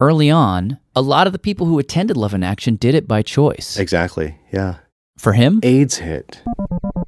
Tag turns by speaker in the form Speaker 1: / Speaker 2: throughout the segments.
Speaker 1: Early on, a lot of the people who attended Love in Action did it by choice.
Speaker 2: Exactly. Yeah.
Speaker 1: For him,
Speaker 2: AIDS hit.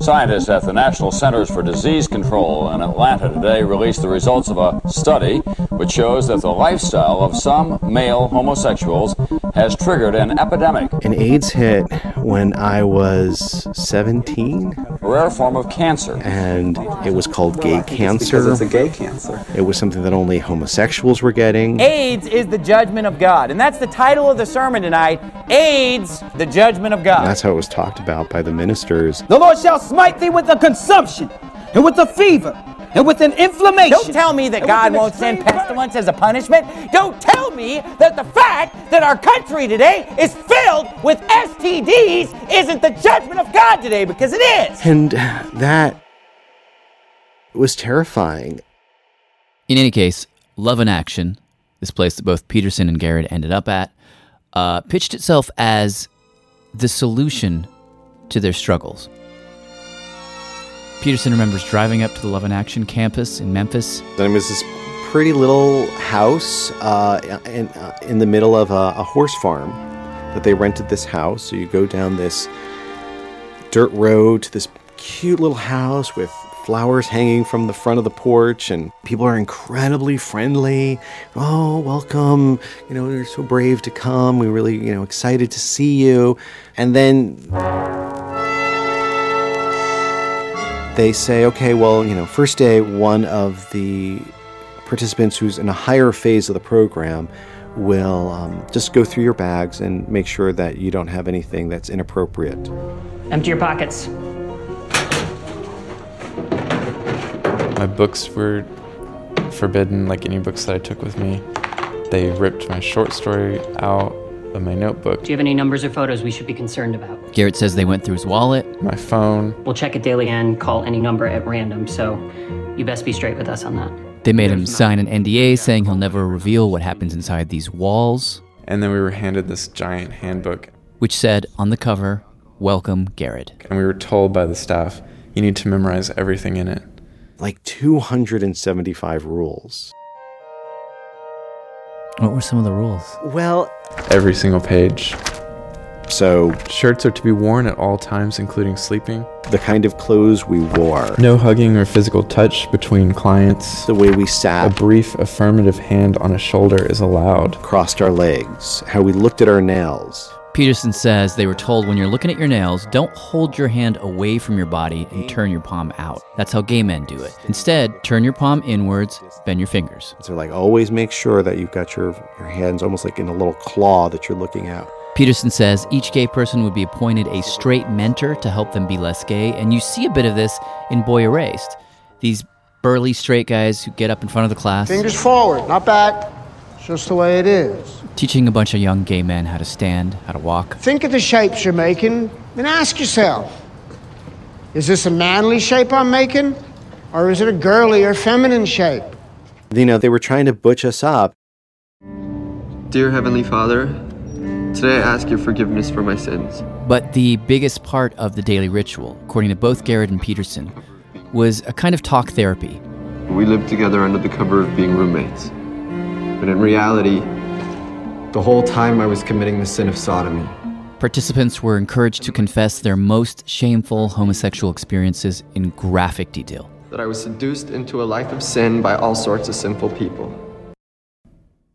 Speaker 3: Scientists at the National Centers for Disease Control in Atlanta today released the results of a study which shows that the lifestyle of some male homosexuals has triggered an epidemic,
Speaker 2: And AIDS hit when I was 17,
Speaker 3: a rare form of cancer.
Speaker 2: and it was called gay
Speaker 4: Because
Speaker 2: cancer.
Speaker 4: it's a gay cancer.
Speaker 2: It was something that only homosexuals were getting.
Speaker 5: AIDS is the judgment of God. And that's the title of the sermon tonight AIDS, the judgment of God.
Speaker 2: And that's how it was talked about by the ministers.
Speaker 5: the Lord shall smite thee with a consumption and with a fever and with an inflammation. Don't tell me that God won't send pestilence as a punishment. Don't tell me that the fact that our country today is filled with STDs isn't the judgment of God today because it is.
Speaker 2: And that was terrifying.
Speaker 1: in any case, Love in Action, this place that both Peterson and Garrett ended up at, uh, pitched itself as the solution to their struggles. Peterson remembers driving up to the Love in Action campus in Memphis
Speaker 2: Then it was this pretty little house uh, in, uh, in the middle of a, a horse farm that they rented this house. So you go down this dirt road to this cute little house with flowers hanging from the front of the porch and people are incredibly friendly oh welcome you know you're so brave to come we're really you know excited to see you and then they say, okay, well, you know, first day, one of the participants who's in a higher phase of the program will um, just go through your bags and make sure that you don't have anything that's inappropriate.
Speaker 6: Empty your pockets.
Speaker 7: My books were forbidden, like any books that I took with me. They ripped my short story out of my notebook,
Speaker 6: Do you have any numbers or photos we should be concerned about?
Speaker 1: Garrett says they went through his wallet.
Speaker 7: my phone.
Speaker 6: We'll check it daily and call any number at random, so you best be straight with us on that.
Speaker 1: They made him sign an NDA saying he'll never reveal what happens inside these walls,
Speaker 7: And then we were handed this giant handbook,
Speaker 1: which said on the cover, Welcome, Garrett.
Speaker 7: and we were told by the staff, you need to memorize everything in it.
Speaker 2: Like 275 rules.
Speaker 1: What were some of the rules?
Speaker 2: Well,
Speaker 7: Every single page.
Speaker 2: so
Speaker 7: Shirts are to be worn at all times, including sleeping.
Speaker 2: the kind of clothes we wore,
Speaker 7: No hugging or physical touch between clients.
Speaker 2: the way we
Speaker 7: A
Speaker 2: sat,
Speaker 7: brief affirmative hand on a shoulder is allowed.
Speaker 2: crossed our legs, how we looked at our nails.
Speaker 1: Peterson says they were told when you're looking at your nails, don't hold your hand away from your body and turn your palm out. That's how gay men do it. Instead, turn your palm inwards, bend your fingers.
Speaker 2: So, like, always make sure that you've got your, your hands almost like in a little claw that you're looking at.
Speaker 1: Peterson says each gay person would be appointed a straight mentor to help them be less gay, and you see a bit of this in Boy Erased. These burly straight guys who get up in front of the class,
Speaker 5: forward, not back. Just the way it is.
Speaker 1: teaching a bunch of young gay men how to stand, how to walk.
Speaker 5: Think of the shapes you're making and ask yourself is this a manly shape I'm making, or is it a girly or feminine shape?
Speaker 2: You know, they were trying to butch us up.
Speaker 4: Dear Heavenly Father, today I ask your forgiveness for my sins.
Speaker 1: But the biggest part of the daily ritual, according to both Garrett and Peterson, was a kind of talk therapy.
Speaker 4: We lived together under the cover of being roommates. But in reality, the whole time I was committing the sin of sodomy.
Speaker 1: Participants were encouraged to confess their most shameful homosexual experiences in graphic detail.
Speaker 4: That I was seduced into a life of sin by all sorts of sinful people.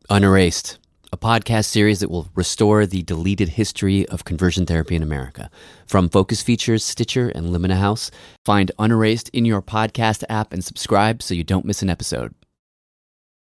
Speaker 1: Unerased. a podcast series that will restore the deleted history of conversion therapy in America. From Focus Features, Stitcher, and Limina House, find Unerased in your podcast app and subscribe so you don't miss an episode.